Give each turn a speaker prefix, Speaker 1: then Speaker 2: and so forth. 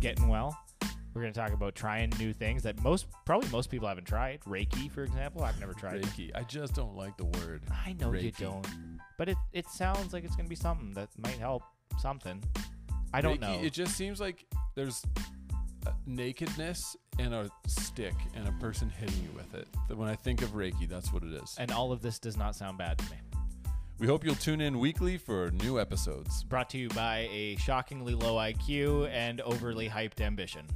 Speaker 1: getting well. We're going to talk about trying new things that most probably most people haven't tried. Reiki, for example, I've never tried.
Speaker 2: Reiki. I just don't like the word.
Speaker 1: I know you
Speaker 2: Reiki.
Speaker 1: don't, but it it sounds like it's going to be something that might help something. I don't
Speaker 2: Reiki,
Speaker 1: know.
Speaker 2: It just seems like there's uh, nakedness and a stick and a person hitting you with it. Th- When I think of Reiki, that's what it is.
Speaker 1: and all of this does not sound bad to me.
Speaker 2: We hope you'll tune in weekly for new episodes.
Speaker 1: Brought to you by a shockingly low IQ and overly hyped ambition.